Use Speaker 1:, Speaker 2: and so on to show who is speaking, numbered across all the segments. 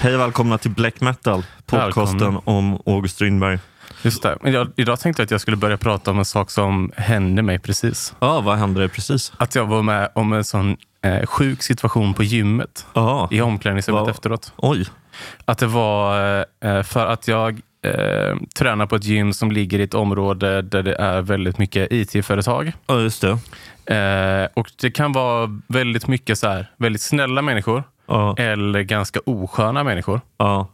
Speaker 1: Hej och välkomna till Black Metal, podcasten
Speaker 2: Välkommen.
Speaker 1: om August Strindberg.
Speaker 2: Just det. Men Jag, idag tänkte jag att jag skulle börja prata om en sak som hände mig precis.
Speaker 1: Ja, vad hände dig precis?
Speaker 2: Att jag var med om en sån eh, sjuk situation på gymmet.
Speaker 1: Ja,
Speaker 2: I omklädningsrummet
Speaker 1: Vad-
Speaker 2: efteråt.
Speaker 1: oj.
Speaker 2: Att det var eh, för att jag eh, tränar på ett gym som ligger i ett område där det är väldigt mycket IT-företag.
Speaker 1: Ja, just det.
Speaker 2: Eh, och det kan vara väldigt mycket så här, väldigt snälla människor
Speaker 1: Ja,
Speaker 2: eller ganska osköna människor.
Speaker 1: ja,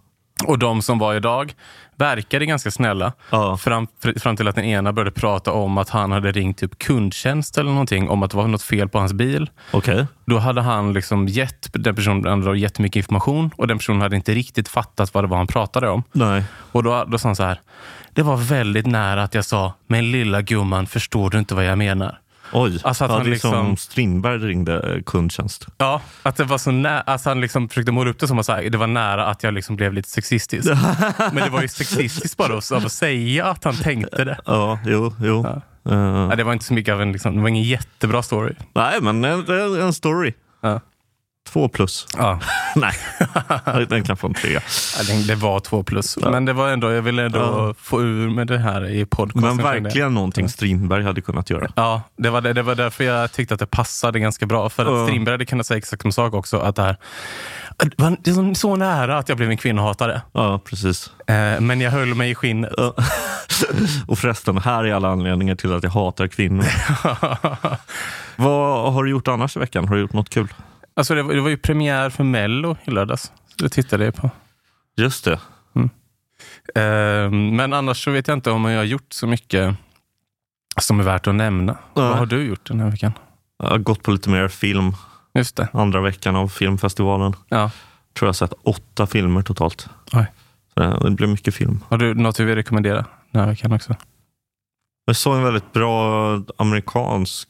Speaker 2: Och de som var idag verkade ganska snälla.
Speaker 1: ja.
Speaker 2: Fram, fr- fram till att den ena började prata om att han hade ringt typ kundtjänst eller någonting om att det var något fel på hans bil.
Speaker 1: Okej.
Speaker 2: Då hade han liksom gett den personen den andra jättemycket information och den personen hade inte riktigt fattat vad det var han pratade om.
Speaker 1: Nej.
Speaker 2: Och då, då sa han så här. Det var väldigt nära att jag sa, men lilla gumman, förstår du inte vad jag menar?
Speaker 1: Oj.
Speaker 2: Alltså att
Speaker 1: ja,
Speaker 2: han
Speaker 1: det är som
Speaker 2: liksom-
Speaker 1: Strindberg ringde eh, kundtjänst.
Speaker 2: Ja, att det var så nära. Alltså han liksom försökte måla upp det som att så här, det var nära att jag liksom blev lite sexistisk. Men det var ju sexistiskt bara att, av att säga att han tänkte det.
Speaker 1: Ja, jo, jo. Eh,
Speaker 2: Ja, det var inte så mycket av en, liksom, det var ingen jättebra story.
Speaker 1: nej, men det är en story.
Speaker 2: Ja.
Speaker 1: Två plus.
Speaker 2: Ja,
Speaker 1: nej, den kan få en trea.
Speaker 2: ja, det- det var två plus. Men det var ändå, jag ville ändå
Speaker 1: Ja.
Speaker 2: få ur med det här i podcasten.
Speaker 1: Men
Speaker 2: kände jag.
Speaker 1: verkligen någonting Strindberg hade kunnat göra.
Speaker 2: Ja, det var, det, det var därför jag tyckte att det passade ganska bra. För att
Speaker 1: Ja.
Speaker 2: Strindberg hade kunnat säga exakt samma sak också. Att det, här, att det var det är så- så nära att jag blev en kvinnohatare.
Speaker 1: Ja, precis.
Speaker 2: Eh, men jag höll mig i skinnet.
Speaker 1: Ja. Och förresten, här är alla anledningar till att jag hatar kvinnor. Vad har du gjort annars i veckan? Har du gjort något kul?
Speaker 2: alltså det, var, det var ju premiär för Mello i lördags. Så det tittade jag på.
Speaker 1: Just det.
Speaker 2: Eh, men annars så vet jag inte om jag har gjort så mycket som är värt att nämna. Vad har du gjort den här veckan?
Speaker 1: Jag har gått på lite mer film
Speaker 2: Just det.
Speaker 1: andra veckan av filmfestivalen.
Speaker 2: Ja.
Speaker 1: tror jag har sett åtta filmer totalt.
Speaker 2: Oj.
Speaker 1: Så det blir mycket film.
Speaker 2: Har du något du vill rekommendera den här veckan också?
Speaker 1: Jag såg en väldigt bra amerikansk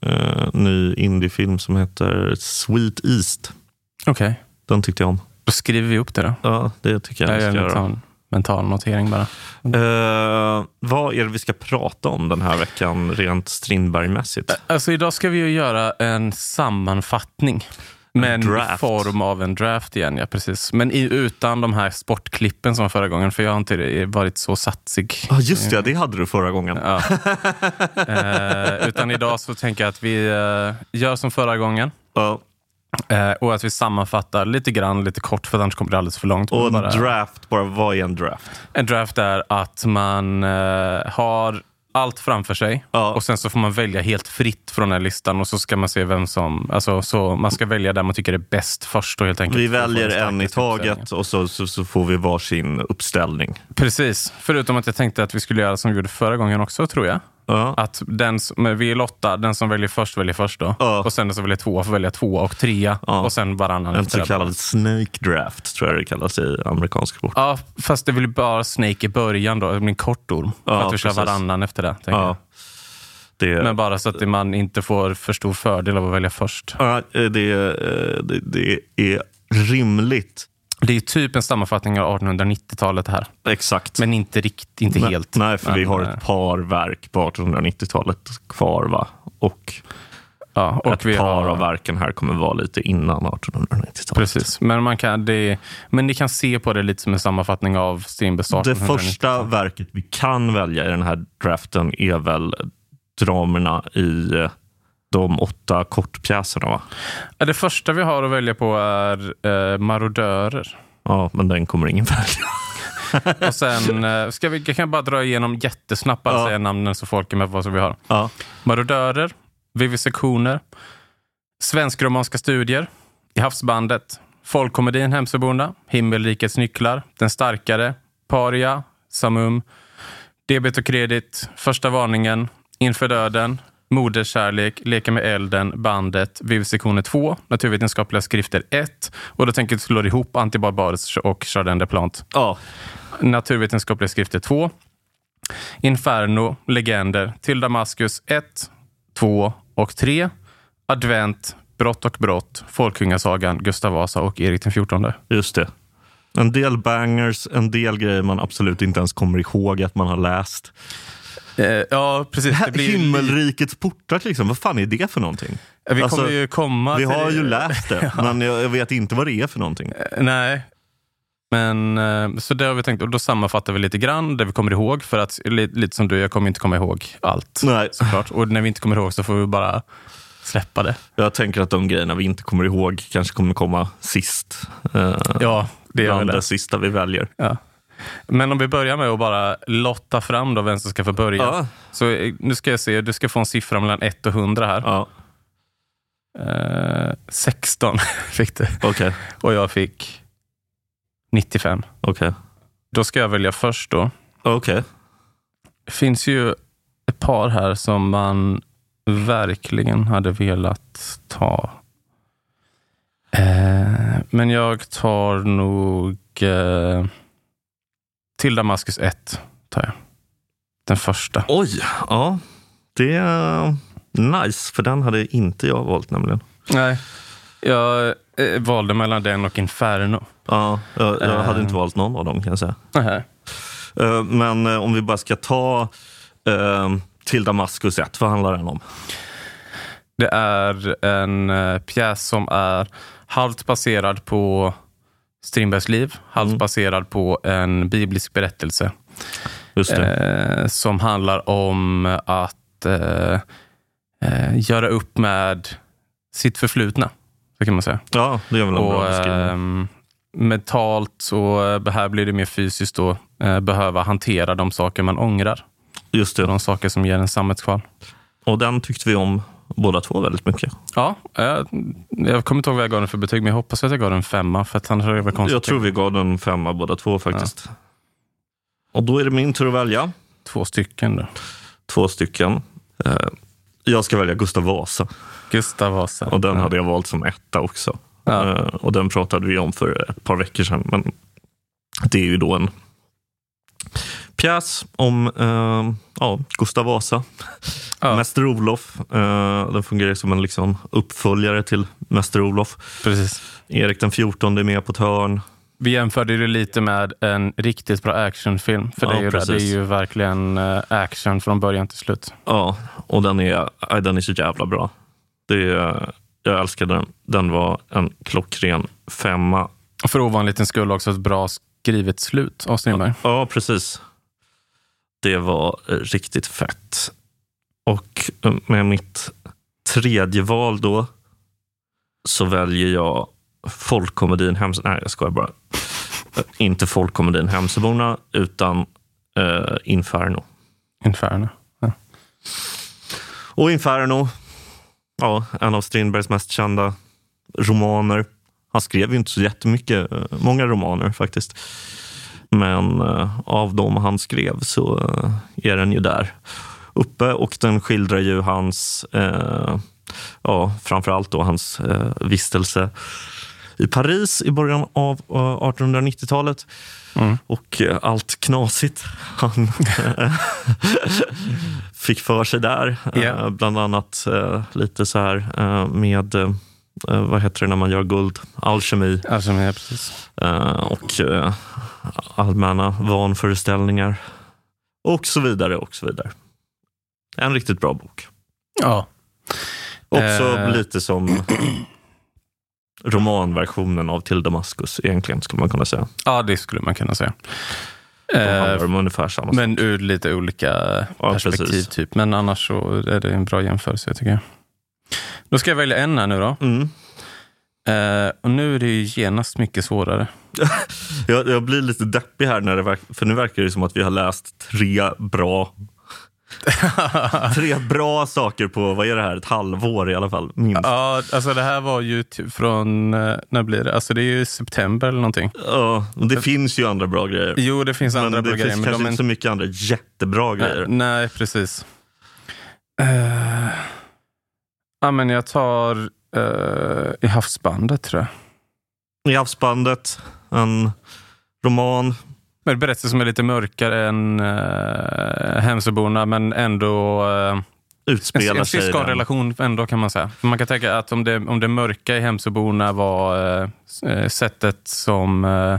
Speaker 1: eh, ny indiefilm som heter Sweet East.
Speaker 2: Okej,
Speaker 1: Den tyckte jag om.
Speaker 2: då skriver vi upp det då.
Speaker 1: Ja, det tycker jag
Speaker 2: Jag
Speaker 1: vi
Speaker 2: gör
Speaker 1: ska göra.
Speaker 2: en mental, mental notering bara.
Speaker 1: Eh, vad är det vi ska prata om den här veckan rent Strindbergmässigt?
Speaker 2: Alltså idag ska vi ju göra en sammanfattning. Men i
Speaker 1: draft.
Speaker 2: form av en draft igen, ja precis. Men i, utan de här sportklippen som var förra gången, för jag har inte varit så satsig.
Speaker 1: Ja, just det. Det hade du förra gången.
Speaker 2: Ja. eh, utan idag så tänker jag att vi eh, gör som förra gången.
Speaker 1: Ja,
Speaker 2: Eh, och att vi sammanfattar lite grann, lite kort, för annars kommer det alldeles för långt.
Speaker 1: och en
Speaker 2: Bara-
Speaker 1: draft, bara vad är en draft?
Speaker 2: En draft är att man eh, har allt framför sig
Speaker 1: Ja.
Speaker 2: och sen så får man välja helt fritt från den här listan och så ska man se vem som... Alltså, så man ska välja där man tycker är bäst först då, helt enkelt.
Speaker 1: Vi
Speaker 2: För att få typ,
Speaker 1: väljer
Speaker 2: den
Speaker 1: en i
Speaker 2: starkaste uppställningen.
Speaker 1: taget och så, så, så får vi varsin uppställning.
Speaker 2: Precis. Förutom att jag tänkte att vi skulle göra som vi gjorde förra gången också, tror jag.
Speaker 1: Ja.
Speaker 2: Att den som, men vi är lotta, den som väljer först väljer först då.
Speaker 1: Ja.
Speaker 2: Och sen den som väljer tvåa får välja tvåa och trea.
Speaker 1: Ja.
Speaker 2: Och sen varannan.
Speaker 1: En
Speaker 2: efter
Speaker 1: så
Speaker 2: det.
Speaker 1: kallad snake draft tror jag det kallas i amerikansk sport.
Speaker 2: Ja, fast det blir bara snake i början då. Det blir en kort orm.
Speaker 1: Ja,
Speaker 2: för att vi kör
Speaker 1: precis.
Speaker 2: varannan efter det. tänker jag.
Speaker 1: Ja. Det,
Speaker 2: Men bara så att man inte får för stor fördel av att välja först.
Speaker 1: ja, det, eh, det, det är rimligt.
Speaker 2: Det är typ en sammanfattning av 1890-talet här.
Speaker 1: Exakt.
Speaker 2: Men inte riktigt, inte
Speaker 1: Nej,
Speaker 2: helt.
Speaker 1: Nej, för vi
Speaker 2: Men,
Speaker 1: har
Speaker 2: eh,
Speaker 1: ett par verk på 1890-talet kvar. va? Och,
Speaker 2: Ja, och
Speaker 1: ett
Speaker 2: vi
Speaker 1: par
Speaker 2: har,
Speaker 1: av verken här kommer vara lite innan 1890-talet.
Speaker 2: Precis, men, man kan, det, men ni kan se på det lite som en sammanfattning av Strindbergs
Speaker 1: Det
Speaker 2: 1890.
Speaker 1: första verket vi kan välja i den här draften är väl dramerna i eh, de åtta kortpjäserna. Va?
Speaker 2: Ja, Det första vi har att välja på är eh, Marodörer.
Speaker 1: Ja, men den kommer ingen välja.
Speaker 2: Och sen, eh, ska vi, jag kan bara dra igenom jättesnabbt bara
Speaker 1: Ja.
Speaker 2: säga namnen så folk är med på vad som vi har.
Speaker 1: Ja.
Speaker 2: Marodörer, Vivisektioner, Svensk-romanska studier, I havsbandet, Folkkomedin Hemsöborna, Himmelrikets nycklar, Den starkare, Paria, Samum, Debet och kredit, Första varningen, Inför döden, Moderskärlek, Leka med elden, Bandet, Vivisektioner 2, Naturvetenskapliga skrifter 1 och då tänker jag att vi slår ihop Antibarbaris och Chardin de Plant.
Speaker 1: Ja,
Speaker 2: Naturvetenskapliga skrifter 2. Inferno, Legender, Till Damaskus 1, 2 och 3. Advent, Brott och brott, Folkungasagan, Gustav Vasa och Erik den XIV.
Speaker 1: just det. En del bangers, en del grejer man absolut inte ens kommer ihåg att man har läst.
Speaker 2: Eh, ja, precis. Det blir,
Speaker 1: Himmelrikets portar till exempel, vad fan är det för någonting?
Speaker 2: vi kommer
Speaker 1: Alltså,
Speaker 2: ju komma
Speaker 1: Vi
Speaker 2: till
Speaker 1: har
Speaker 2: det.
Speaker 1: ju läst det, men jag jag vet inte vad det är för någonting.
Speaker 2: Nej. Men, eh, så det har vi tänkt, och då sammanfattar vi lite grann det vi kommer ihåg. För att, li- lite som du, jag kommer inte komma ihåg allt
Speaker 1: Nej.
Speaker 2: såklart. Och när vi inte kommer ihåg så får vi bara släppa det.
Speaker 1: Jag tänker att de grejerna vi inte kommer ihåg kanske kommer komma sist. Eh,
Speaker 2: Ja, det gör vi.
Speaker 1: bland
Speaker 2: det.
Speaker 1: det sista vi väljer.
Speaker 2: Ja. Men om vi börjar med att bara lotta fram då vem som ska få börja.
Speaker 1: Ja.
Speaker 2: Så eh, nu ska jag se, du ska få en siffra mellan 1 och 100 här.
Speaker 1: Ja,
Speaker 2: Eh, 16 fick du.
Speaker 1: okej.
Speaker 2: Och jag fick 95.
Speaker 1: Okej.
Speaker 2: Då ska jag välja först då.
Speaker 1: Okej.
Speaker 2: Det finns ju ett par här som man verkligen hade velat ta. Eh, men jag tar nog eh, Tilda Maskus 1. Tar jag. Den första.
Speaker 1: Oj! Ja, det är nice, för den hade inte jag valt nämligen.
Speaker 2: Nej. Jag eh, valde mellan den och Inferno.
Speaker 1: Ja, jag, jag hade
Speaker 2: Eh.
Speaker 1: inte valt någon av dem kan jag säga.
Speaker 2: Nej.
Speaker 1: Eh, Men eh, om vi bara ska ta eh, till Damaskus 1, vad handlar den om?
Speaker 2: Det är en eh, pjäs som är halvt baserad på Strindbergs liv, halvt
Speaker 1: Mm.
Speaker 2: baserad på en biblisk berättelse
Speaker 1: Just det.
Speaker 2: eh, som handlar om att eh, eh, göra upp med sitt förflutna. Så kan man säga.
Speaker 1: ja, det är väl en bra
Speaker 2: Och,
Speaker 1: beskrivning.
Speaker 2: ehm, mentalt, och eh, här blir det mer fysiskt, då, eh, behöva hantera de saker man ångrar.
Speaker 1: Just det.
Speaker 2: De saker som ger en sammetskval.
Speaker 1: Och den tyckte vi om båda två väldigt mycket.
Speaker 2: Ja, jag, jag kommer inte ihåg vad jag gav den för betyg, men jag hoppas att jag gav den femma. För att annars hade det varit konstigt.
Speaker 1: Jag tror vi gav den femma båda två faktiskt. Och då är det min tur att välja.
Speaker 2: Två stycken. Då.
Speaker 1: Två stycken. Eh, Jag ska välja Gustav Vasa.
Speaker 2: Gustav Vasa.
Speaker 1: Och den hade jag valt som etta också.
Speaker 2: Ja.
Speaker 1: Eh, Och den pratade vi om för ett par veckor sedan. Men det är ju då en pjäs om eh, ja, Gustav Vasa.
Speaker 2: Ja.
Speaker 1: Mäster Olof. Eh, den fungerar som en liksom uppföljare till Mäster Olof.
Speaker 2: Precis.
Speaker 1: Erik den 14 är med på ett hörn.
Speaker 2: Vi jämförde det lite med en riktigt bra actionfilm. För det,
Speaker 1: Ja,
Speaker 2: är ju, det, det är
Speaker 1: precis.
Speaker 2: ju verkligen eh, action från början till slut.
Speaker 1: Ja, och den är, aj, den är så jävla bra. Det är, jag älskade den. Den var en klockren femma.
Speaker 2: Och för ovanlighetens skull också ett bra skrivet slut av Strindberg.
Speaker 1: Ja, precis. Det var eh, riktigt fett. Och eh, med mitt tredje val då så väljer jag folkkomedin Hems... Nej, jag skojar bara. Eh, Inte folkkomedin Hemsöborna, utan eh, Inferno.
Speaker 2: Inferno.
Speaker 1: Och Inferno, ja, en av Strindbergs mest kända romaner. Han skrev ju inte så jättemycket, eh, många romaner faktiskt. Men eh, av dem han skrev så eh, är den ju där uppe och den skildrar ju hans, eh, ja, framförallt då hans eh, vistelse i Paris i början av eh, 1890-talet
Speaker 2: Mm.
Speaker 1: och eh, allt knasigt han eh, fick för sig där. Eh,
Speaker 2: Ja.
Speaker 1: Bland annat eh, lite så här eh, med, eh, vad heter det när man gör guld? Alkemi
Speaker 2: Alltså, men, ja, precis.
Speaker 1: eh, och eh, allmänna vanföreställningar och så vidare och så vidare. En riktigt bra bok.
Speaker 2: Ja.
Speaker 1: Också
Speaker 2: Eh.
Speaker 1: lite som romanversionen av Till Damaskus egentligen skulle man kunna säga.
Speaker 2: ja, det skulle man kunna säga.
Speaker 1: De
Speaker 2: Eh,
Speaker 1: handlar om ungefär samma sak.
Speaker 2: Men ur lite olika
Speaker 1: Ja,
Speaker 2: perspektiv.
Speaker 1: precis.
Speaker 2: Typ. Men annars så är det en bra jämförelse tycker jag. Då ska jag välja en här nu då.
Speaker 1: Mm.
Speaker 2: Eh, och nu är det ju genast mycket svårare.
Speaker 1: Jag, jag blir lite deppig här, när det verk, för nu verkar det som att vi har läst tre bra tre bra saker på, vad är det här, ett halvår i alla fall, minst.
Speaker 2: ja, alltså det här var ju ty- från, eh, när blir det? Alltså det är ju september eller någonting.
Speaker 1: Ja, och det finns ju andra bra grejer.
Speaker 2: Jo, det finns andra
Speaker 1: men det
Speaker 2: bra grejer.
Speaker 1: finns
Speaker 2: Men
Speaker 1: kanske
Speaker 2: de är
Speaker 1: inte så mycket andra jättebra
Speaker 2: nej,
Speaker 1: grejer.
Speaker 2: nej, precis. Eh, ja, men jag tar eh, I havsbandet tror jag.
Speaker 1: I havsbandet, en roman.
Speaker 2: Men berättelser som är lite mörkare än uh, Hemsöborna, men ändå eh,
Speaker 1: Utspelar
Speaker 2: en, en
Speaker 1: sig i den.
Speaker 2: syskonrelation ändå kan man säga. Man kan tänka att om det, om det mörka i Hemsöborna var eh, s- eh, sättet som eh,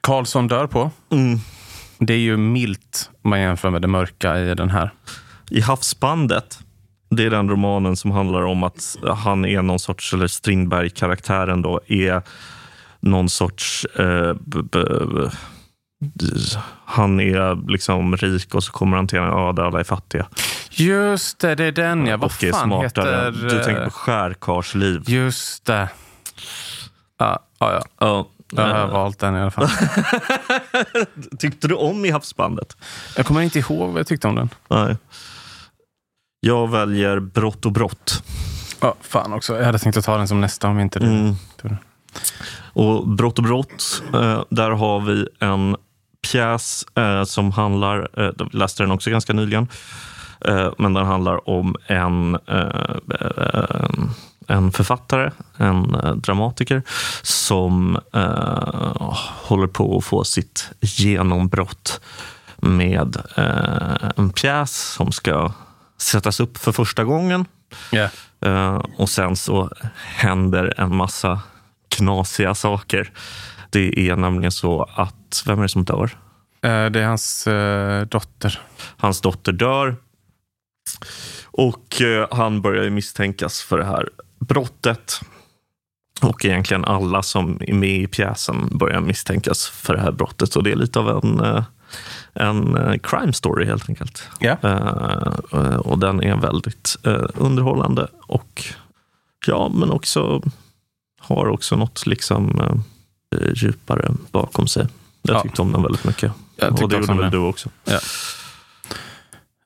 Speaker 2: Karlsson dör på.
Speaker 1: Mm.
Speaker 2: Det är ju milt om man jämför med det mörka i den här.
Speaker 1: I havsbandet, det är den romanen som handlar om att han är någon sorts, eller Strindberg-karaktären då, är någon sorts... Eh, b, b, b, han är liksom rik och så kommer han till en ö där alla är fattiga.
Speaker 2: Just det, det är den ja. Vad
Speaker 1: och är
Speaker 2: fan
Speaker 1: smartare.
Speaker 2: heter...
Speaker 1: Du tänker
Speaker 2: eh,
Speaker 1: på skärkarsliv.
Speaker 2: Just det. Ja, ja, ja.
Speaker 1: Ja.
Speaker 2: Då har jag valt den i alla fall.
Speaker 1: Eh, Tyckte du om i havsbandet?
Speaker 2: Jag kommer inte ihåg vad jag tyckte om den.
Speaker 1: Nej. Jag väljer brott och brott.
Speaker 2: Ja, fan också. Jag hade tänkt att ta den som nästa om inte det.
Speaker 1: Mm.
Speaker 2: Tur.
Speaker 1: Och Brott och brott, eh, där har vi en pjäs eh, som handlar, eh, jag läste den också ganska nyligen, eh, men den handlar om en, eh, eh, en författare, en eh, dramatiker, som eh, håller på att få sitt genombrott med eh, en pjäs som ska sättas upp för första gången.
Speaker 2: Ja.
Speaker 1: Eh, och sen så händer en massa knasiga saker. Det är nämligen så att, vem är det som dör?
Speaker 2: Eh, Det är hans eh, dotter.
Speaker 1: Hans dotter dör. Och eh, han börjar ju misstänkas för det här brottet. Och egentligen alla som är med i pjäsen börjar misstänkas för det här brottet. Så det är lite av en, eh, en eh, crime story helt enkelt.
Speaker 2: Ja.
Speaker 1: Eh, eh, och den är väldigt eh, underhållande och ja, men också har också något liksom eh, djupare bakom sig. Jag
Speaker 2: Ja.
Speaker 1: tyckte om den väldigt mycket.
Speaker 2: Jag tyckte
Speaker 1: och det
Speaker 2: också
Speaker 1: gjorde
Speaker 2: om
Speaker 1: väl du
Speaker 2: den.
Speaker 1: också?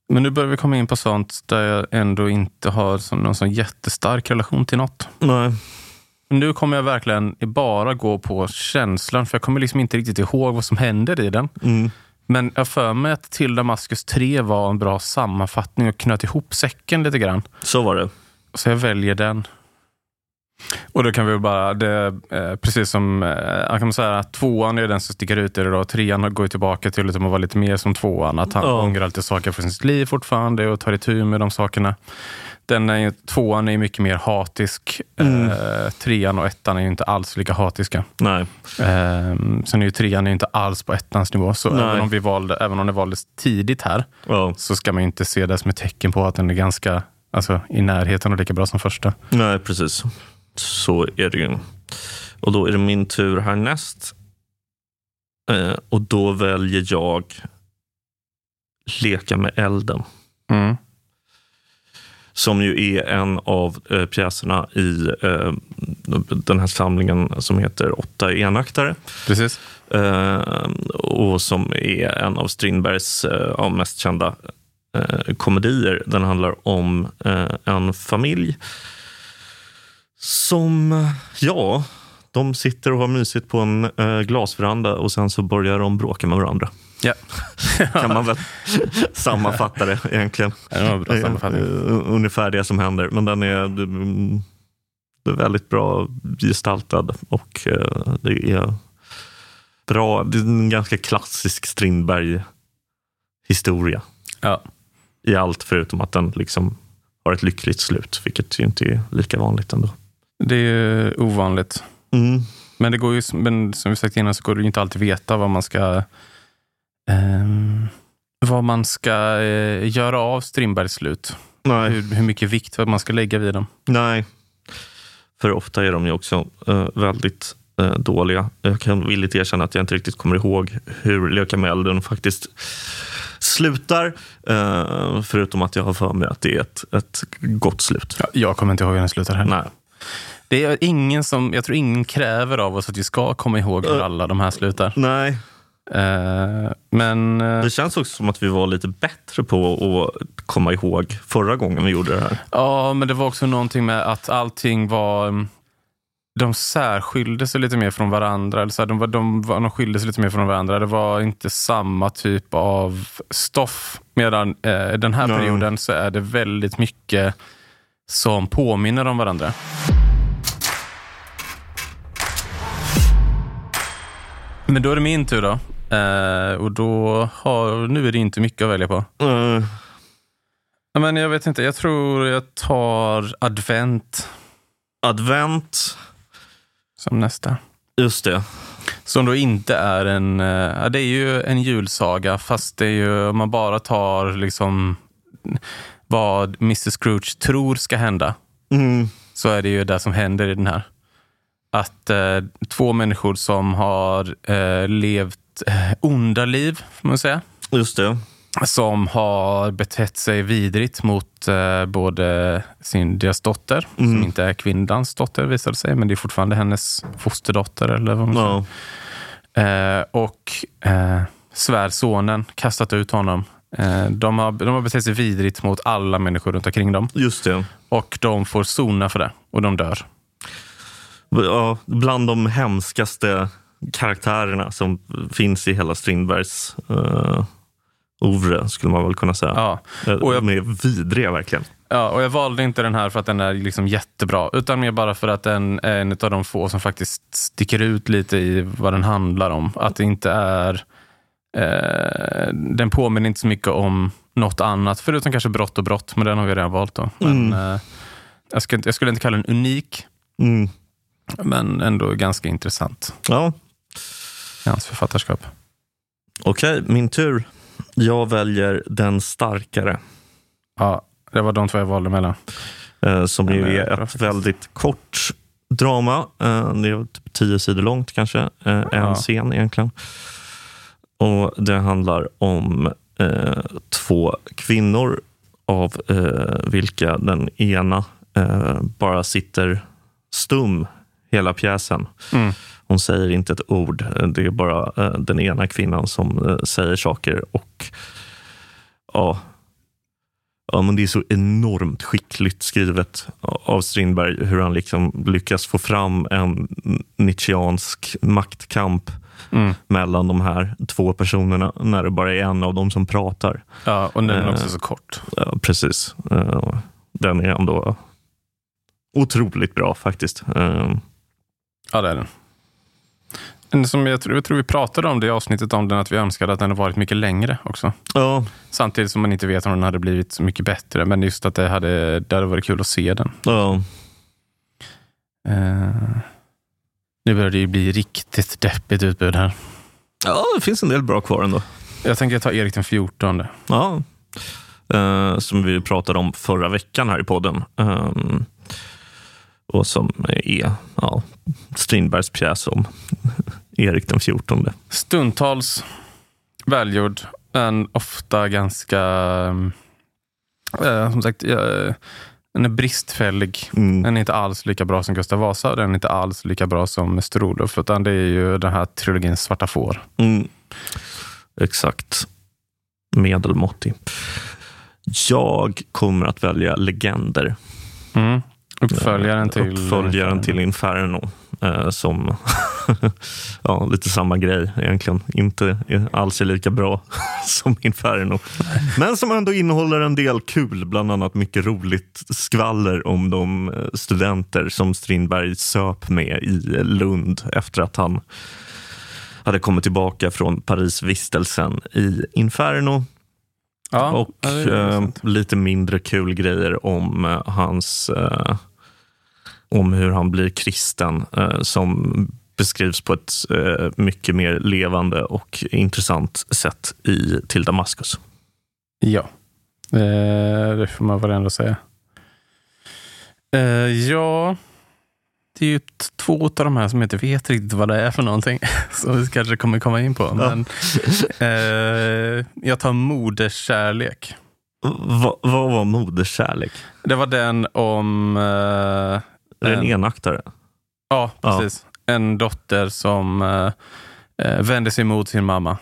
Speaker 2: Men nu börjar vi komma in på sånt där jag ändå inte har sån- någon sån jättestark relation till något.
Speaker 1: Nej.
Speaker 2: Nu kommer jag verkligen bara gå på känslan, för jag kommer liksom inte riktigt ihåg vad som händer i den.
Speaker 1: Mm.
Speaker 2: Men jag har för mig att Till Damaskus 3 var en bra sammanfattning och knöt ihop säcken lite grann.
Speaker 1: Så var det.
Speaker 2: Så jag väljer den. Och då kan vi bara, det, eh, precis som, eh, jag kan säga att tvåan är den som sticker ut i det då. Trean går ju tillbaka till liksom att man var lite mer som tvåan. Att han
Speaker 1: Ja.
Speaker 2: ångrar alltid saker från sitt liv fortfarande och tar itu med de sakerna. Den är ju, tvåan är ju mycket mer hatisk. Eh, trean och ettan är ju inte alls lika hatiska.
Speaker 1: Nej.
Speaker 2: Eh, sen är ju trean är ju inte alls på ettans nivå. Så
Speaker 1: Nej.
Speaker 2: även om, vi valde, även om det valdes tidigt här
Speaker 1: Ja.
Speaker 2: så ska man ju inte se det som ett tecken på att den är ganska alltså, i närheten och lika bra som första.
Speaker 1: Nej, precis. Så är det ju. Och då är det min tur härnäst. Eh, och då väljer jag Leka med elden.
Speaker 2: Mm.
Speaker 1: Som ju är en av eh, pjäserna i eh, den här samlingen som heter Åtta enaktare.
Speaker 2: Precis.
Speaker 1: Eh, och som är en av Strindbergs eh, ja, mest kända eh, komedier. Den handlar om eh, en familj som, ja, de sitter och har mysigt på en eh, glasveranda och sen så börjar de bråka med varandra.
Speaker 2: Ja.
Speaker 1: Kan man väl sammanfatta det egentligen.
Speaker 2: Det var en bra
Speaker 1: Eh,
Speaker 2: sammanfattning.
Speaker 1: eh, Ungefär det som händer. Men den är, mm, det är väldigt bra gestaltad och eh, det är bra. Det är en ganska klassisk Strindberg-historia
Speaker 2: Ja.
Speaker 1: i allt förutom att den liksom har ett lyckligt slut, vilket ju inte är lika vanligt ändå.
Speaker 2: Det är ju ovanligt.
Speaker 1: Mm.
Speaker 2: Men, det går ju, men som vi sagt innan så går det ju inte alltid veta vad man ska ehm, vad man ska eh, göra av Strindbergs slut.
Speaker 1: Nej.
Speaker 2: Hur, hur mycket vikt man ska lägga vid dem.
Speaker 1: Nej. För ofta är de ju också eh, väldigt eh, dåliga. Jag kan villigt erkänna att jag inte riktigt kommer ihåg hur Leka med elden faktiskt slutar. Eh, förutom att jag har för mig att det är ett, ett gott slut.
Speaker 2: Ja, Jag kommer inte ihåg hur den slutar heller.
Speaker 1: Nej.
Speaker 2: Det är ingen som, jag tror ingen kräver av oss att vi ska komma ihåg hur
Speaker 1: Eh.
Speaker 2: alla de här slutar.
Speaker 1: Nej,
Speaker 2: Eh, men eh,
Speaker 1: det känns också som att vi var lite bättre på att komma ihåg förra gången vi gjorde det här.
Speaker 2: Ja, men det var också någonting med att allting var... mm, De särskilde sig lite mer från varandra. Eller så här, de, var, de, var, de skilde sig lite mer från varandra. Det var inte samma typ av stoff. Medan eh, den här
Speaker 1: Nej.
Speaker 2: perioden så är det väldigt mycket som påminner om varandra. Men då är det min tur då. Eh, och då har, nu är det inte mycket att välja på.
Speaker 1: Eh,
Speaker 2: Ja, Men jag vet inte, jag tror jag tar advent
Speaker 1: advent,
Speaker 2: som nästa.
Speaker 1: just det.
Speaker 2: Som då inte är en... eh, Ja, det är ju en julsaga, fast det är ju, om man bara tar liksom vad Mr Scrooge tror ska hända,
Speaker 1: Mm.
Speaker 2: så är det ju det som händer i den här. att eh, två människor som har eh, levt eh, onda liv, får man säga,
Speaker 1: Just det.
Speaker 2: som har betett sig vidrigt mot eh, både sin, deras dotter, som inte är kvinnans dotter visar det sig, men det är fortfarande hennes fosterdotter eller vad man säger.
Speaker 1: Ja.
Speaker 2: Eh, och eh, svärsonen kastat ut honom. Eh, de, har, de har betett sig vidrigt mot alla människor runt omkring dem
Speaker 1: Just det.
Speaker 2: och de får sona för det och de dör.
Speaker 1: Ja, bland de hemskaste karaktärerna som finns i hela Strindbergs uh, ovre, skulle man väl kunna säga.
Speaker 2: Ja.
Speaker 1: Eh,
Speaker 2: och jag-
Speaker 1: De är vidriga verkligen.
Speaker 2: Ja, och jag valde inte den här för att den är liksom jättebra, utan mer bara för att den är en av de få som faktiskt sticker ut lite i vad den handlar om. Att det inte är... Eh, den påminner inte så mycket om något annat, förutom kanske brott och brott, men den har vi redan valt då. Men, eh, jag, ska, inte- jag skulle inte kalla den unik,
Speaker 1: Mm.
Speaker 2: men ändå ganska intressant
Speaker 1: Ja,
Speaker 2: i hans författarskap.
Speaker 1: Okej, min tur. Jag väljer Den starkare,
Speaker 2: Ja, det var de två jag valde mellan.
Speaker 1: eh, som
Speaker 2: Den
Speaker 1: ju
Speaker 2: är
Speaker 1: är
Speaker 2: bra
Speaker 1: ett
Speaker 2: faktiskt.
Speaker 1: väldigt kort drama. Eh, Det är typ tio sidor långt kanske, eh, en
Speaker 2: Ja.
Speaker 1: scen egentligen. Och Det handlar om eh, två kvinnor av eh, vilka den ena eh, bara sitter stum hela pjäsen.
Speaker 2: Mm.
Speaker 1: Hon säger inte ett ord. Det är bara eh, den ena kvinnan som eh, säger saker. Och ja, ja men Det är så enormt skickligt skrivet av Strindberg hur han liksom lyckas få fram en nietzscheansk maktkamp
Speaker 2: Mm.
Speaker 1: mellan de här två personerna när det bara är en av dem som pratar.
Speaker 2: Ja, och den är
Speaker 1: Eh.
Speaker 2: också så kort.
Speaker 1: Ja, precis. Eh, Den är ändå otroligt bra faktiskt. Eh,
Speaker 2: Ja, det är den. Men Som jag, tror, jag tror vi pratade om det i avsnittet om den, att vi önskade att den hade varit mycket längre också.
Speaker 1: Ja,
Speaker 2: Samtidigt som man inte vet om den hade blivit så mycket bättre, men just att det hade, det hade varit kul att se den.
Speaker 1: ja.
Speaker 2: Eh, nu börjar det ju bli riktigt deppigt utbud här.
Speaker 1: ja, det finns en del bra kvar ändå.
Speaker 2: Jag tänker ta Erik den 14.
Speaker 1: Ja. Eh, som vi pratade om förra veckan här i podden. Ehm, och som är ja, Strindbergs pjäs om Erik den fjortonde.
Speaker 2: Stundtals välgjord, men ofta ganska... Eh, som sagt, eh, den är bristfällig.
Speaker 1: Mm.
Speaker 2: Den är inte alls lika bra som Gustav Vasa. Den är inte alls lika bra som Mr. Olof. Utan det är ju den här trilogin Svarta får.
Speaker 1: Mm. Exakt. Medelmåttig. Jag kommer att välja Legender.
Speaker 2: Mm. Uppföljaren till...
Speaker 1: Uppföljaren till Inferno. eh, Som, ja, lite samma grej egentligen. Inte alls är lika bra som Inferno. Men som ändå innehåller en del kul, bland annat mycket roligt skvaller om de eh, studenter som Strindberg söp med i Lund efter att han hade kommit tillbaka från Parisvistelsen i Inferno.
Speaker 2: Ja,
Speaker 1: Och
Speaker 2: ja, det är
Speaker 1: eh,
Speaker 2: sant.
Speaker 1: lite mindre kul grejer om eh, hans eh, om hur han blir kristen eh, som beskrivs på ett eh, mycket mer levande och intressant sätt i Till Damaskus.
Speaker 2: ja. Eh, det får man väl ändå säga. Eh, ja, det är ju t- två av de här som jag inte vet riktigt vad det är för någonting. Som vi kanske kommer komma in på. Men, eh, jag tar Moderskärlek.
Speaker 1: Va- vad var moderskärlek?
Speaker 2: Det var den om... Eh,
Speaker 1: Är det en
Speaker 2: Eh,
Speaker 1: enaktare?
Speaker 2: Ja,
Speaker 1: Ja.
Speaker 2: precis. En dotter som eh, eh, vände sig mot sin mamma.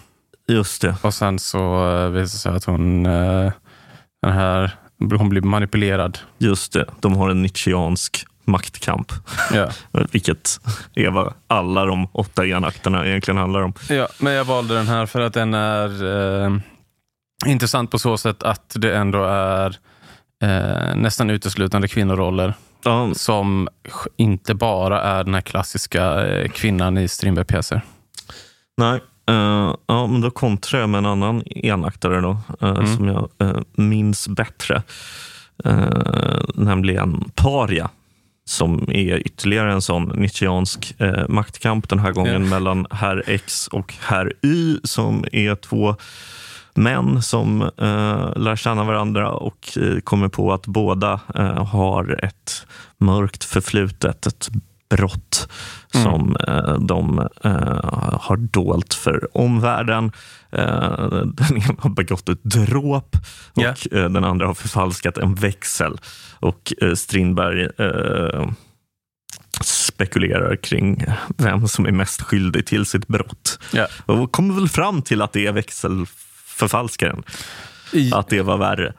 Speaker 1: Just det.
Speaker 2: Och sen så eh, visade det sig att hon, eh, den här, hon blir manipulerad.
Speaker 1: Just det. De har en nietzscheansk maktkamp.
Speaker 2: Ja.
Speaker 1: Vilket är vad alla de åtta enaktarna egentligen handlar om.
Speaker 2: ja, men jag valde den här för att den är eh, intressant på så sätt att det ändå är eh, nästan uteslutande kvinnoroller
Speaker 1: Ja,
Speaker 2: som sk- inte bara är den här klassiska eh, kvinnan i Strindberg-pjäser.
Speaker 1: Nej. Eh, ja, men då kontrar jag med en annan enaktare då, eh, som jag eh, minns bättre. Eh, nämligen Paria, som är ytterligare en sån nietzscheansk eh, maktkamp den här gången mellan herr X och herr Y, som är två män som eh, lär känna varandra och eh, kommer på att båda eh, har ett mörkt förflutet, ett brott som eh, de eh, har dolt för omvärlden. Eh, den ena har begått ett dråp och
Speaker 2: Ja.
Speaker 1: eh, den andra har förfalskat en växel. Och eh, Strindberg eh, spekulerar kring vem som är mest skyldig till sitt brott.
Speaker 2: Ja.
Speaker 1: Och kommer väl fram till att det är växelförfalskaren.
Speaker 2: I-
Speaker 1: Att det var värre.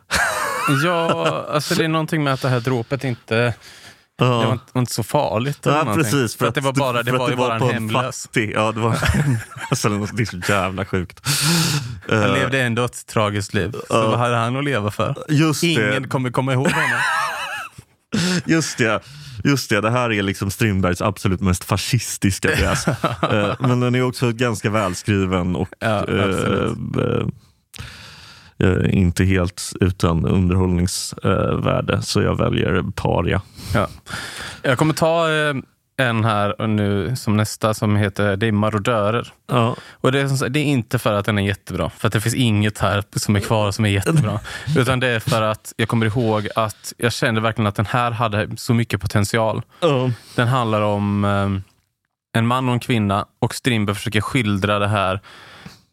Speaker 2: Ja, alltså det är någonting med att det här dråpet inte,
Speaker 1: Ja.
Speaker 2: det var inte, var inte så farligt. eller
Speaker 1: Ja,
Speaker 2: någonting.
Speaker 1: precis.
Speaker 2: För att det var bara, det
Speaker 1: för att
Speaker 2: var ju bara
Speaker 1: på
Speaker 2: en hemlös.
Speaker 1: Fattig, ja, det var en hemlös eller något. Det är så jävla sjukt. Eh,
Speaker 2: Han levde ändå ett tragiskt liv. Så vad hade han att leva för?
Speaker 1: Just
Speaker 2: Ingen
Speaker 1: det,
Speaker 2: kommer komma ihåg honom.
Speaker 1: just det. Just det, det här är liksom Strindbergs absolut mest fascistiska pjäs. Eh, Men den är också ganska välskriven och
Speaker 2: Ja,
Speaker 1: eh,
Speaker 2: absolut.
Speaker 1: eh, eh, inte helt utan underhållningsvärde. Så jag väljer Paria.
Speaker 2: Ja. Jag kommer ta eh, en här och nu som nästa som heter Det är marodörer.
Speaker 1: Ja,
Speaker 2: Och det, är som sagt, det är inte för att den är jättebra, för att det finns inget här som är kvar som är jättebra. Utan det är för att jag kommer ihåg att jag kände verkligen att den här hade så mycket potential.
Speaker 1: Ja.
Speaker 2: Den handlar om eh, en man och en kvinna och Strindberg försöker skildra det här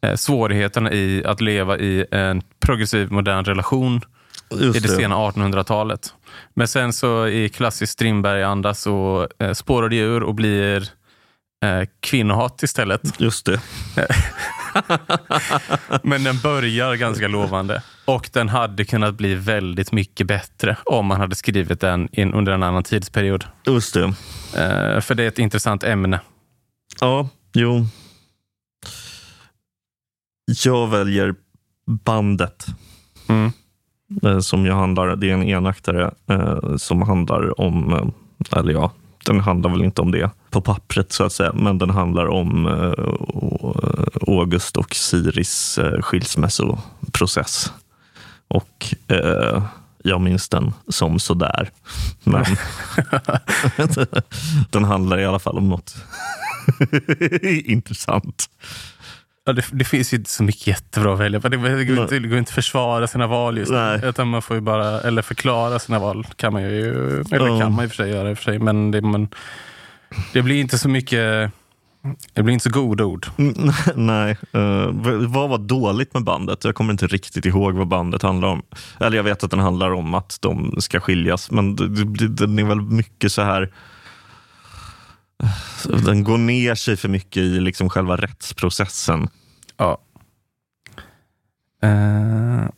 Speaker 2: eh, svårigheterna i att leva i en progressiv modern relation i
Speaker 1: just
Speaker 2: det
Speaker 1: det.
Speaker 2: sena 1800-talet. Men sen så i klassisk Strindberg-anda så eh, spårar det ur och blir eh, kvinnohat istället.
Speaker 1: Just det.
Speaker 2: Men den börjar ganska lovande. Och den hade kunnat bli väldigt mycket bättre om man hade skrivit den in under en annan tidsperiod.
Speaker 1: Just det.
Speaker 2: Eh, för det är ett intressant ämne.
Speaker 1: Ja, jo. Jag väljer bandet
Speaker 2: Mm.
Speaker 1: eh, som jag handlar. Det är en enaktare eh, som handlar om, eh, eller ja, den handlar väl inte om det på pappret så att säga, men den handlar om eh, Å- August och Siris eh, skilsmässoprocess. Och eh, jag minns den som sådär. Men den handlar i alla fall om något intressant.
Speaker 2: Ja, det, det finns ju inte så mycket jättebra att välja på. Det går det går inte, det går inte att försvara sina val just nu.
Speaker 1: Nej.
Speaker 2: Utan man får ju bara, eller förklara sina val kan man ju, eller
Speaker 1: Ja.
Speaker 2: kan man i och för sig göra i och för sig. Men det, men det blir inte så mycket, det blir inte så goda ord.
Speaker 1: Mm, Nej. eh, v- vad var dåligt med bandet? Jag kommer inte riktigt ihåg vad bandet handlar om. Eller jag vet att den handlar om att de ska skiljas, men d- d- den är väl mycket så här... eh, Den går ner sig för mycket i liksom själva rättsprocessen.
Speaker 2: Ja. Eh,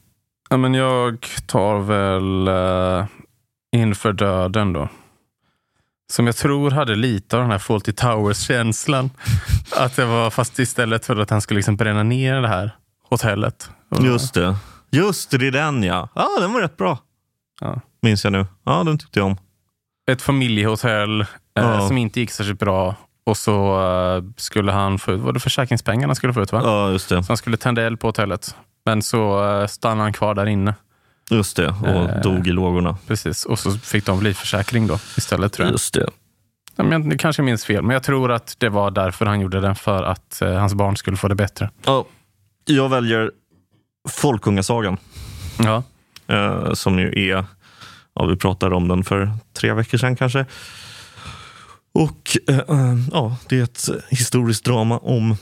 Speaker 2: ja men jag tar väl eh, Inför döden då. Som jag tror hade lite av den här Fawlty Towers-känslan. att det var, fast istället för att han skulle liksom bränna ner det här hotellet. Och-
Speaker 1: Just det. Just det, det är den ja. Ja, den var rätt bra.
Speaker 2: Ja.
Speaker 1: Minns jag nu. Ja, den tyckte jag om.
Speaker 2: Ett familjehotell eh,
Speaker 1: Ja.
Speaker 2: som inte gick särskilt bra. Och så eh, skulle han få ut, var det försäkringspengarna han skulle få ut va?
Speaker 1: Ja, just det.
Speaker 2: Så han skulle tända eld på hotellet. Men så eh, stannade han kvar där inne.
Speaker 1: Just det. Och
Speaker 2: Eh.
Speaker 1: dog i lågorna.
Speaker 2: Precis, och så fick de livförsäkring då istället tror jag.
Speaker 1: Just det.
Speaker 2: Ja, men jag kanske minns fel, men jag tror att det var därför han gjorde den, för att eh, hans barn skulle få det bättre.
Speaker 1: Ja, jag väljer Folkungasagan.
Speaker 2: Ja.
Speaker 1: eh, som ju är, ja, vi pratade om den för tre veckor sedan kanske. Och eh, eh, ja, det är ett historiskt drama om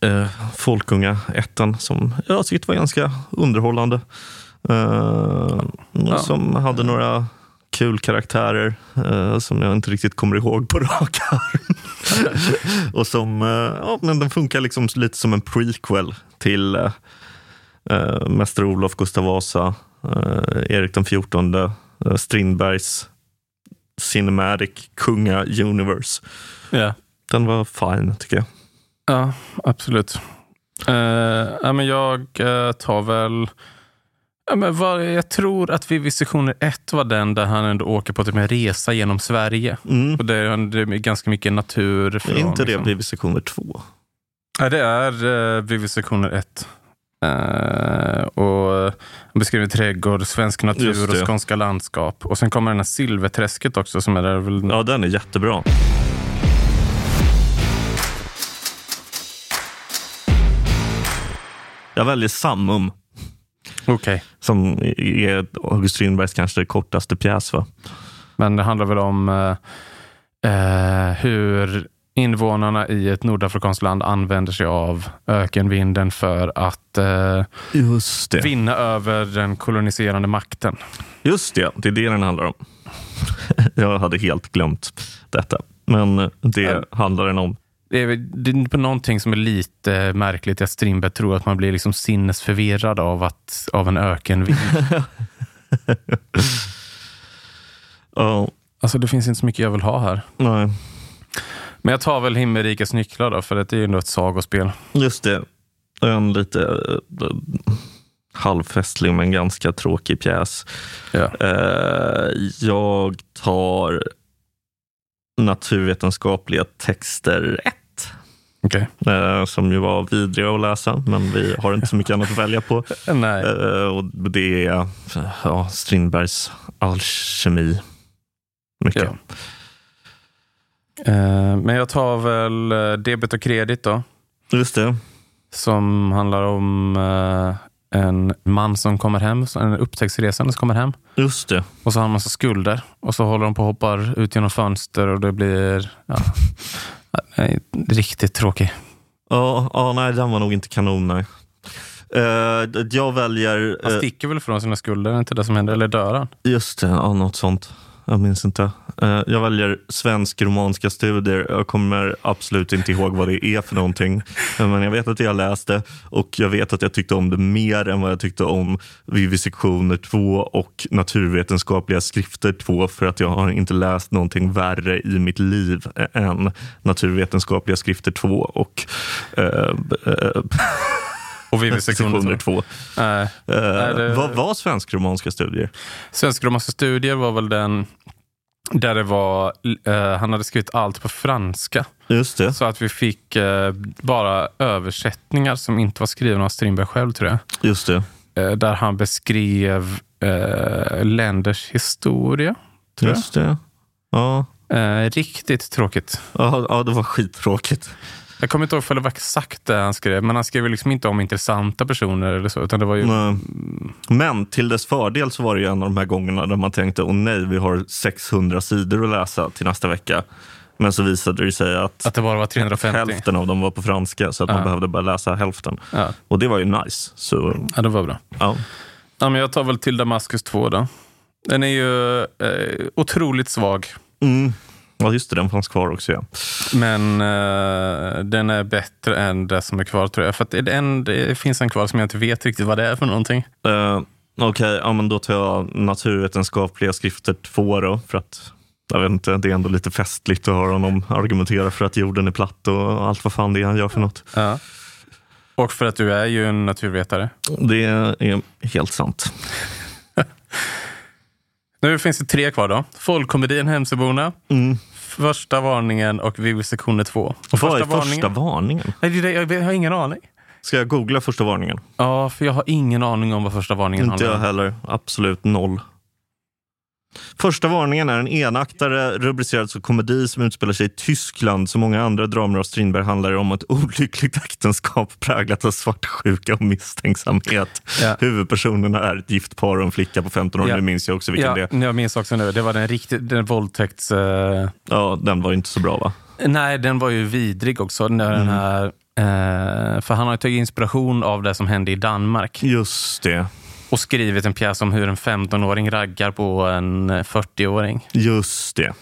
Speaker 1: eh, Folkungaätten som jag tyckte var ganska underhållande. Eh, Som hade några kul karaktärer eh, som jag inte riktigt kommer ihåg på rak arm. Och som, eh, ja, men den funkar liksom lite som en prequel till eh, eh, Mäster Olof, Gustav Vasa, eh, Erik den XIV, eh, Strindbergs Cinematic Kunga Universe.
Speaker 2: Ja.
Speaker 1: Den var fin tycker jag.
Speaker 2: ja, absolut. Eh, ja, men jag eh, tar väl... Ja, men vad, jag tror att Vivisektioner 1 var den där han ändå åker på typ en resa genom Sverige.
Speaker 1: Mm.
Speaker 2: Och det, är- det är ganska mycket natur.
Speaker 1: Är
Speaker 2: Från,
Speaker 1: inte det
Speaker 2: liksom.
Speaker 1: Vivisektioner 2?
Speaker 2: Ja, det är uh, Vivisektioner 1. Eh, och han beskriver trädgård, svensk
Speaker 1: Just
Speaker 2: natur
Speaker 1: det.
Speaker 2: och skånska landskap. Och sen kommer den här Silverträsket också som är där väl...
Speaker 1: Ja, den är jättebra. Jag väljer Sammum,
Speaker 2: Okej.
Speaker 1: som är August Strindbergs kanske kortaste pjäs. Va?
Speaker 2: Men det handlar väl om eh, eh, hur invånarna i ett nordafrikanskt land använder sig av ökenvinden för att eh,
Speaker 1: Just det.
Speaker 2: vinna över den koloniserande makten.
Speaker 1: Just det, det är det den handlar om. Jag hade helt glömt detta. Men eh, det
Speaker 2: Ja.
Speaker 1: handlar den om.
Speaker 2: Det är, väl- det är på någonting som är lite märkligt i att Strindberg tror att man blir liksom sinnesförvirrad av, att, av en ökenvind.
Speaker 1: Ja,
Speaker 2: Alltså det finns inte så mycket jag vill ha här.
Speaker 1: nej.
Speaker 2: Men jag tar väl Himmelrikets nycklar då, för det är ju ändå ett sagospel.
Speaker 1: Just det. En lite eh, halvfestlig men ganska tråkig pjäs.
Speaker 2: Ja.
Speaker 1: Eh, jag tar naturvetenskapliga texter 1.
Speaker 2: Okej.
Speaker 1: Eh, som ju var vidriga att läsa, men vi har inte så mycket annat att välja på.
Speaker 2: Nej.
Speaker 1: Eh, och det är ja, Strindbergs alkemi. Mycket.
Speaker 2: Ja. Eh, Men jag tar väl eh, debet och kredit då,
Speaker 1: Just det.
Speaker 2: som handlar om eh, en man som kommer hem, en upptäcktsresande som kommer hem.
Speaker 1: Just det.
Speaker 2: Och så har han massa skulder och så håller de på och hoppar ut genom fönster och det blir... Ja, nej, riktigt tråkig.
Speaker 1: Ja, ja, nej, den var nog inte kanon. Nej. Eh, d- jag väljer...
Speaker 2: Han
Speaker 1: eh,
Speaker 2: sticker väl från sina skulder, är det inte det som händer? Eller dör han?
Speaker 1: Just det, ja, något sånt. Jag minns inte. Eh, Jag väljer svensk-romanska studier. Jag kommer absolut inte ihåg vad det är för någonting. Eh, Men jag vet att jag läste och jag vet att jag tyckte om det mer än vad jag tyckte om vivisektioner 2 och naturvetenskapliga skrifter 2 för att jag har inte läst någonting värre i mitt liv än naturvetenskapliga skrifter 2 och eh, eh,
Speaker 2: Och vi vill
Speaker 1: sektioner
Speaker 2: sekunder.
Speaker 1: 2.
Speaker 2: Nej.
Speaker 1: Eh,
Speaker 2: det-
Speaker 1: Vad var svensk-romanska studier?
Speaker 2: Svensk-romanska studier var väl den där det var, eh, han hade skrivit allt på franska.
Speaker 1: Just det.
Speaker 2: Så att vi fick eh, bara översättningar som inte var skrivna av Strindberg själv, tror jag.
Speaker 1: Just det.
Speaker 2: Eh, där han beskrev eh, länders historia. Tror jag.
Speaker 1: Just det. Ja.
Speaker 2: Eh, riktigt tråkigt.
Speaker 1: Ja, ja, det var skittråkigt.
Speaker 2: Jag kommer inte ihåg för det var exakt det han skrev, men han skrev ju liksom inte om intressanta personer eller så, utan det var ju...
Speaker 1: Men, eh, men till dess fördel så var det ju en av de här gångerna där man tänkte åh nej, vi har 600 sidor att läsa till nästa vecka. Men så visade det sig att,
Speaker 2: Att det bara var 350.
Speaker 1: hälften av dem var på franska så att man
Speaker 2: Ja.
Speaker 1: behövde bara läsa hälften.
Speaker 2: Ja,
Speaker 1: Och det var ju nice. Så,
Speaker 2: ja, det var bra.
Speaker 1: ja.
Speaker 2: Ja, men jag tar väl till Damaskus 2 då. Den är ju eh, otroligt svag,
Speaker 1: Mm. ja, just det, den fanns kvar också. Ja.
Speaker 2: men eh, den är bättre än det som är kvar tror jag. För att det, är en, det finns en kvar som jag inte vet riktigt vad det är för någonting.
Speaker 1: Eh, Okej, ja, men då tar jag naturvetenskapliga skrifter 2 då. För att, jag vet inte, det är ändå lite festligt att höra honom argumentera för att jorden är platt och allt vad fan det är han gör för något.
Speaker 2: Ja. Och för att du är ju en naturvetare.
Speaker 1: Det är helt sant.
Speaker 2: Nu finns det tre kvar då. Folkkomedin Hemsöborna,
Speaker 1: Mm.
Speaker 2: Första varningen och Vivisektioner 2. Och
Speaker 1: Vad är första varningen?
Speaker 2: Nej, det är det, jag, vet- jag har ingen aning.
Speaker 1: Ska jag googla första varningen?
Speaker 2: Ja, för jag har ingen aning om vad första varningen
Speaker 1: Inte jag
Speaker 2: handlar om.
Speaker 1: heller. Absolut noll. Första varningen är en enaktare rubricerad som komedi som utspelar sig i Tyskland. Så många andra dramer av Strindberg handlar det om ett olyckligt äktenskap präglat av svartsjuka och misstänksamhet.
Speaker 2: Ja.
Speaker 1: Huvudpersonerna är ett gift par och en flicka på 15 år.
Speaker 2: Ja.
Speaker 1: Nu minns jag också vilken
Speaker 2: Ja,
Speaker 1: det är.
Speaker 2: jag minns också nu. Det var den riktigt, den våldtäkts... eh,
Speaker 1: Ja, den var ju inte så bra va?
Speaker 2: nej, den var ju vidrig också. Den, där- den här, eh, för han har ju tagit inspiration av det som hände i Danmark
Speaker 1: Just det.
Speaker 2: och skrivit en pjäs om hur en 15-åring raggar på en eh, 40-åring.
Speaker 1: Just det.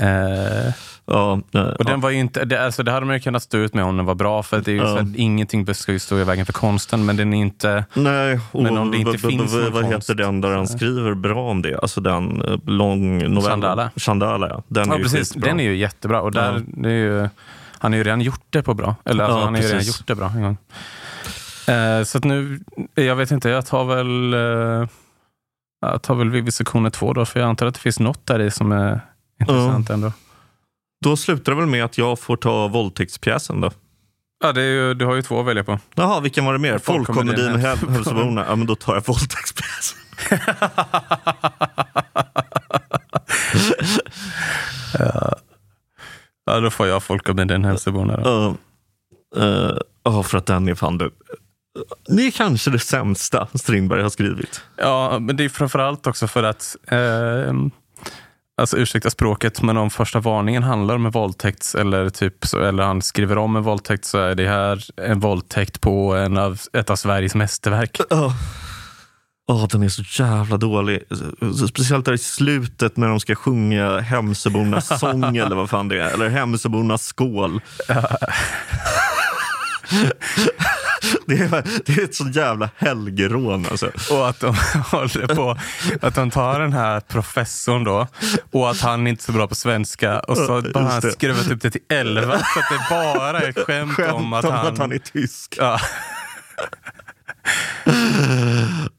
Speaker 2: Eh,
Speaker 1: Ja, eh,
Speaker 2: och den var ju inte, det, alltså, det hade man ju kunnat stå ut med om den var bra, för det är ju så att ingenting ska ju stå i vägen för konsten, men den är inte...
Speaker 1: Nej, och
Speaker 2: Men om det inte
Speaker 1: v- v-
Speaker 2: finns
Speaker 1: v-
Speaker 2: någon
Speaker 1: Vad
Speaker 2: konst,
Speaker 1: heter den där han skriver bra om det? Alltså den eh, lång novellen.
Speaker 2: Chandala.
Speaker 1: Chandala, ja. Den
Speaker 2: Ja,
Speaker 1: är ju
Speaker 2: precis.
Speaker 1: skitbra.
Speaker 2: Den är ju jättebra. Och där, det är ju, han har ju redan gjort det på bra. Eller alltså,
Speaker 1: Ja,
Speaker 2: han har ju redan
Speaker 1: precis.
Speaker 2: gjort det bra en gång. Eh, så att nu, jag vet inte, jag tar väl eh, jag tar väl Vivisektioner 2 då, för jag antar att det finns något där i som är intressant ändå.
Speaker 1: Då slutar det väl med att jag får ta våldtäktspjäsen då.
Speaker 2: Ja, det är ju, du har ju två att välja på.
Speaker 1: Jaha, vilken var det mer?
Speaker 2: Folkkomedin,
Speaker 1: Folkkomedin med
Speaker 2: Hälsoborna.
Speaker 1: Hälsoborna. Ja, men då tar jag våldtäktspjäsen.
Speaker 2: Ja, då får jag folk om den hälsobona då.
Speaker 1: Ja, eh, ja, för att den är fan det. Det är kanske det sämsta Strindberg har skrivit.
Speaker 2: Ja, men det är framförallt också för att eh, alltså ursäkta språket, men om första varningen handlar om en våldtäkt eller, typ, så- eller han skriver om en våldtäkt så är det här en våldtäkt på en av, ett av Sveriges mästerverk.
Speaker 1: Ja. Åh, den är så jävla dålig. Speciellt där i slutet när de ska sjunga Hemsöbornas sång eller vad fan det är. Eller Hemsöbornas skål. det, är, det är ett så jävla helgerån alltså.
Speaker 2: Och att de håller på, att de tar den här professorn då och att han inte är så bra på svenska och så bara
Speaker 1: Just
Speaker 2: han
Speaker 1: det.
Speaker 2: skruvat upp det till 11 så att det bara är ett skämt,
Speaker 1: Skämt
Speaker 2: om att han...
Speaker 1: är tysk.
Speaker 2: ja.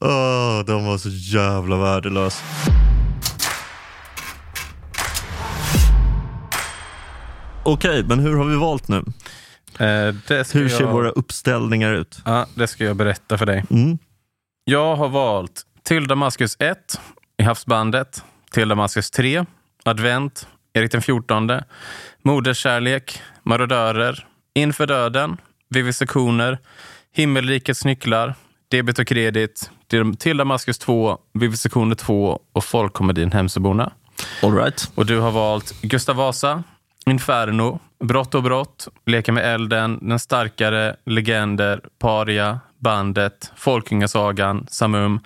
Speaker 1: Åh, de var så jävla värdelös. Okej, men hur har vi valt nu?
Speaker 2: Eh, det ska
Speaker 1: Hur ser
Speaker 2: jag...
Speaker 1: våra uppställningar ut?
Speaker 2: Ja, det ska jag berätta för dig.
Speaker 1: Mm.
Speaker 2: Jag har valt Till Damaskus 1 i havsbandet, Till Damaskus 3, Advent, Erik den 14, Moderskärlek, Marodörer, Inför döden, Vivisektioner, Himmelrikets nycklar, Debit och kredit, Till Damaskus 2, Vivisektioner 2 och Folkkomedin Hemsöborna.
Speaker 1: All right.
Speaker 2: Och du har valt Gustav Vasa, Inferno, Brott och brott, Leka med elden, Den starkare, Legender, Paria, Bandet, Folkungasagan, Samum,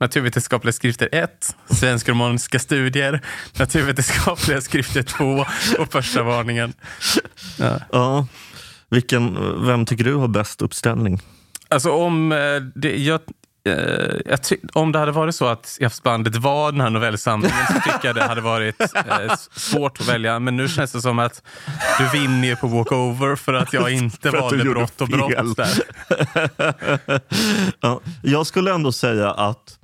Speaker 2: Naturvetenskapliga skrifter 1, Svensk-romaniska studier, Naturvetenskapliga skrifter 2 och Första varningen.
Speaker 1: Ja. Vilken, vem tycker du har bäst uppställning?
Speaker 2: Alltså om, eh, det, jag, eh, jag ty- om det hade varit så att Jafsbandet var den här novellsamlingen så tycker jag det hade varit eh, s- svårt att välja. Men nu känns det som att du vinner ju på walkover för att jag inte
Speaker 1: För att du
Speaker 2: valde
Speaker 1: gjorde
Speaker 2: brott och
Speaker 1: fel.
Speaker 2: brott. Där.
Speaker 1: Ja, jag skulle ändå säga att,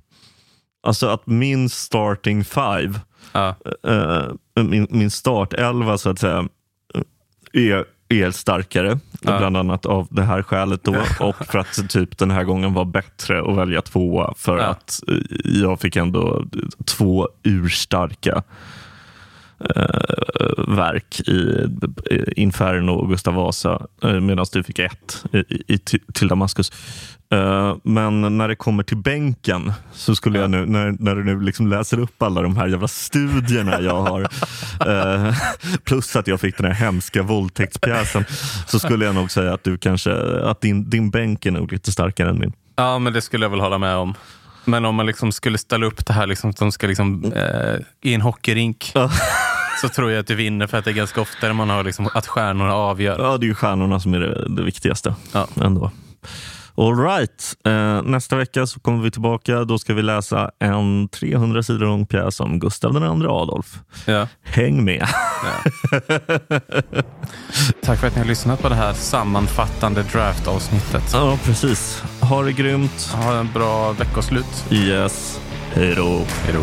Speaker 1: alltså att min starting five,
Speaker 2: Ja.
Speaker 1: eh, min, min startelva så att säga, eh, är, är starkare.
Speaker 2: Ja.
Speaker 1: Bland annat av det här skälet då. Och för att typ den här gången var bättre att välja tvåa. För
Speaker 2: Ja.
Speaker 1: att eh, jag fick ändå två urstarka eh, verk i eh, Inferno och Gustav Vasa. Eh, Medan du fick ett i, i, i, Ti- till Damaskus. Eh, men när det kommer till bänken, så skulle jag nu, när, när du nu liksom läser upp alla de här jävla studierna jag har, eh, plus att jag fick den här hemska våldtäktspjäsen, så skulle jag nog säga att, du kanske, att din, din bänk är nog lite starkare än min.
Speaker 2: ja, men det skulle jag väl hålla med om. Men om man liksom skulle ställa upp det här liksom, som ska liksom, eh, i en hockeyrink
Speaker 1: Ja.
Speaker 2: så tror jag att du vinner för att det är ganska ofta man har liksom, att stjärnorna avgör.
Speaker 1: Ja, det är ju stjärnorna som är det, det viktigaste.
Speaker 2: Ja.
Speaker 1: Ändå. All right. Eh, nästa vecka så kommer vi tillbaka. Då ska vi läsa en 300 sidor lång pjäs om Gustav den andra Adolf.
Speaker 2: Ja.
Speaker 1: Häng med!
Speaker 2: Tack för att ni har lyssnat på det här sammanfattande draftavsnittet.
Speaker 1: Ja, precis. Ha det grymt.
Speaker 2: Ha en bra veckoslut.
Speaker 1: Yes. Hej då.
Speaker 2: Hej då.